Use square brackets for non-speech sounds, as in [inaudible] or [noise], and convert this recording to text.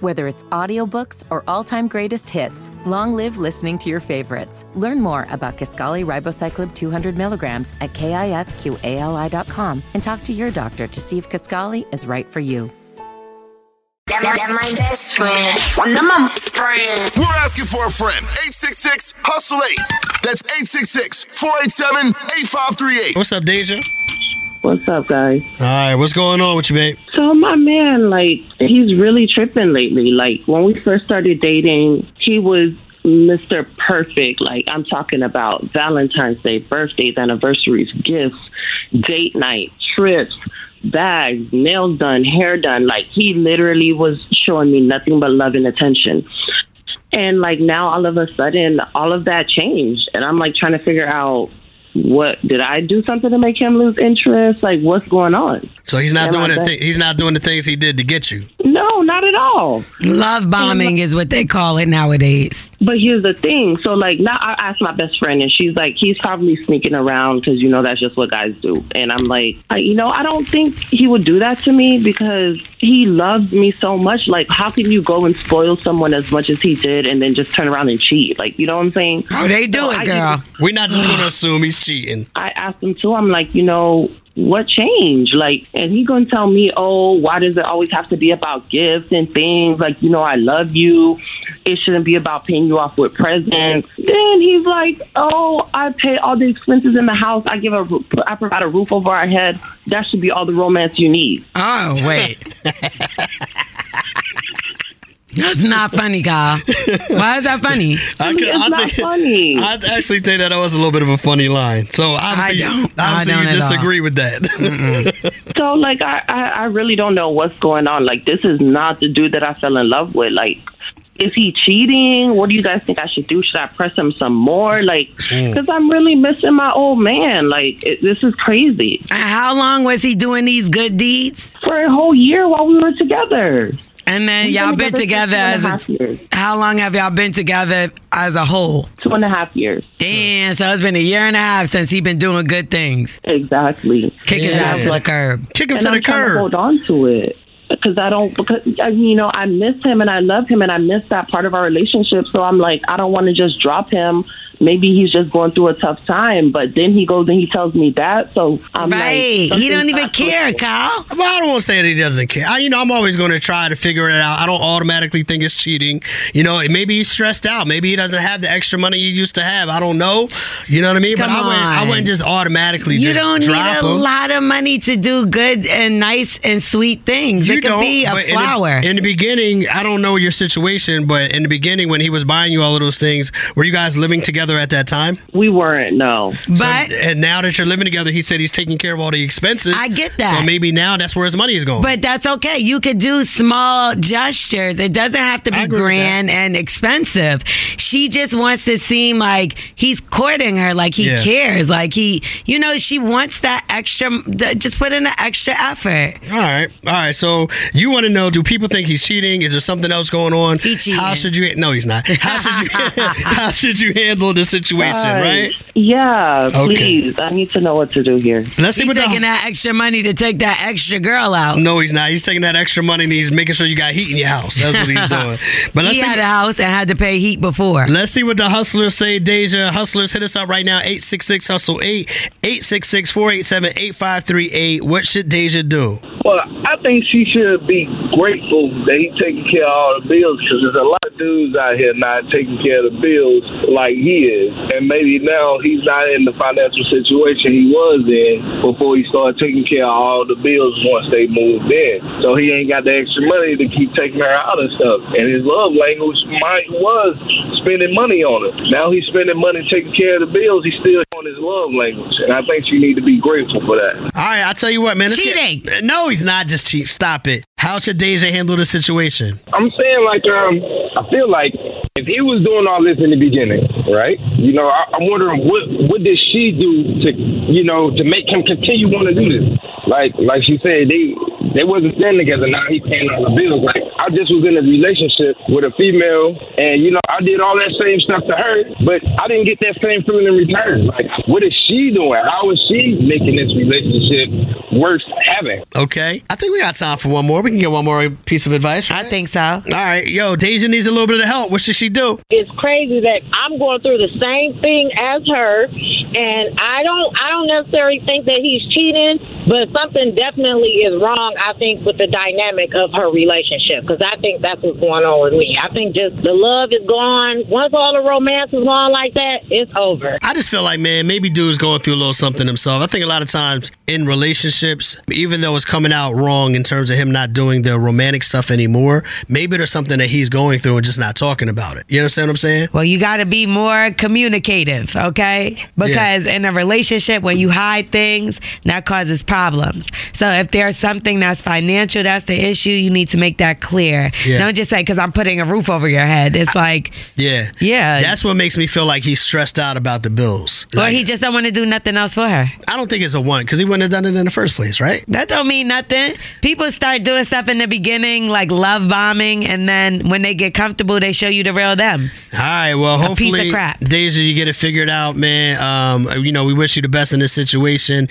Whether it's audiobooks or all-time greatest hits, long live listening to your favorites. Learn more about Kaskali Ribocyclib 200 milligrams at kisqali.com and talk to your doctor to see if Kaskali is right for you. They're, they're my best friend. They're my friend. We're asking for a friend. 866 Hustle 8. That's 866 487 8538. What's up, Deja? What's up, guys? All right, what's going on with you, babe? So my man, like, he's really tripping lately. Like when we first started dating, he was Mr. Perfect. Like I'm talking about Valentine's Day, birthdays, anniversaries, gifts, date night, trips, bags, nails done, hair done. Like he literally was showing me nothing but love and attention. And like now all of a sudden all of that changed and I'm like trying to figure out what did I do something to make him lose interest? Like what's going on? So he's not Am doing I the back? thi- he's not doing the things he did to get you. No, not at all. Love bombing is what they call it nowadays. But here's the thing. So, like, now I asked my best friend, and she's like, he's probably sneaking around because, you know, that's just what guys do. And I'm like, I, you know, I don't think he would do that to me because he loved me so much. Like, how can you go and spoil someone as much as he did and then just turn around and cheat? Like, you know what I'm saying? Oh, they do So it, I girl. We're not just going to assume he's cheating. I asked him too. I'm like, you know, what changed? Like, and he gonna tell me, oh, why does it always have to be about gifts and things? Like, you know, I love you. It shouldn't be about paying you off with presents. Then he's like, oh, I pay all the expenses in the house. I give a, roo- I provide a roof over our head. That should be all the romance you need. Oh, [laughs] wait. That's not funny, girl. Why is that funny? I, mean, could- it's not funny. I actually think that that was a little bit of a funny line. So obviously, I don't. I obviously don't you at all. disagree with that. So like I, I, I really don't know what's going on. Like this is not the dude that I fell in love with. Like is he cheating? What do you guys think I should do? Should I press him some more? Like because I'm really missing my old man. Like it, this is crazy. And how long was he doing these good deeds? For a whole year while we were together. And then We've y'all been together for as two and a a. half years. How long have y'all been together as a whole? Two and a half years. Damn, so it's been a year and a half since he been doing good things. Exactly. Kick his Yeah. ass to the curb. Kick him and to I'm the trying to curb. hold on to it because I don't because I- you know I miss him and I love him and I miss that part of our relationship. So I'm like I don't want to just drop him. Maybe he's just going through a tough time, but then he goes and he tells me that. So I'm Right. like, he don't something's even not care, clicking. Kyle. Well, I don't want to say that he doesn't care. I, you know, I'm always going to try to figure it out. I don't automatically think it's cheating. You know, maybe he's stressed out. Maybe he doesn't have the extra money he used to have. I don't know. You know what I mean? but Come I wouldn't. I on. wouldn't just automatically You just don't need drop a him. lot of money to do good and nice and sweet things. You it could don't, be but a in the- flower. In the, beginning, I don't know your situation, but in the beginning, when he was buying you all of those things, were you guys living together at that time? We weren't no. So- but and now that you're living together, he said he's taking care of all the expenses. I get that. So maybe now that's where his money is going. but that's okay. You could do small gestures. It doesn't have to I be agree with grand and expensive. She just wants to seem like he's courting her, like he Yeah. cares, like he, you know, she wants that extra. th- Just put in the extra effort. All right, all right. So you want to know? Do people think he's cheating? Is there something else going on? He cheating. How should you? No, he's not. How [laughs] should you? [laughs] how should you handle the situation? Right. Yeah, Okay. please. I need to know what to do here. Let's see He's what the. taking that extra money to take that extra girl out. no, he's not. He's taking that extra money and he's making sure you got heat in your house. That's what [laughs] he's doing. But let's he see. had a house and had to pay heat before. Let's see what the hustlers say, Deja. Hustlers, hit us up right now, 866 Hustle 8, 866 487 8538. What should Deja do? Well, I think she should be grateful that he's taking care of all the bills because there's a lot of dudes out here not taking care of the bills like he is. And maybe now he's not in the financial situation he was in before he started taking care of all the bills once they moved in. So he ain't got the extra money to keep taking her out and stuff. And his love language might was spending money on her. Now he's spending money taking care of the bills. He's still on his love language. And I think she need to be grateful for that. All right, I'll tell you what, man. let's get- Cheating. no, he's not just cheat. Stop it. How should Deja handle the situation? I'm saying like um, I feel like if he was doing all this in the beginning, right? You know, I, I'm wondering what what did she do to you know to make him continue want to do this? Like like she said, they They wasn't staying together. Now he paying all the bills. Like I just was in a relationship with a female, and you know I did all that same stuff to her, but I didn't get that same feeling in return. Like what is she doing? How is she making this relationship worth having? Okay. I think we got time for one more. We can get one more piece of advice. I think so. All right. Yo, Deja needs a little bit of help. What should she do? it's crazy that I'm going through the same thing as her, and I don't I don't necessarily think that he's cheating, but something definitely is wrong. I think with the dynamic of her relationship because I think that's what's going on with me. I think just the love is gone. Once all the romance is gone like that, it's over. I just feel like, man, maybe dude's going through a little something himself. I think a lot of times in relationships, even though it's coming out wrong in terms of him not doing the romantic stuff anymore, maybe there's something that he's going through and just not talking about it. You understand what I'm saying? Well, you got to be more communicative, okay? Because in a relationship, when you hide things, that causes problems. So if there's something that's financial, that's the issue, you need to make that clear. Yeah. Don't just say, because I'm putting a roof over your head. It's like, Yeah. yeah. That's what makes me feel like he's stressed out about the bills. or Like, he just don't want to do nothing else for her. I don't think it's a one because he wouldn't have done it in the first place, right? That don't mean nothing. People start doing stuff in the beginning, like love bombing, and then when they get comfortable, they show you the real them. All right. Well, piece of hopefully, crap. Deja, you get it figured out, man. Um, you know, we wish you the best in this situation.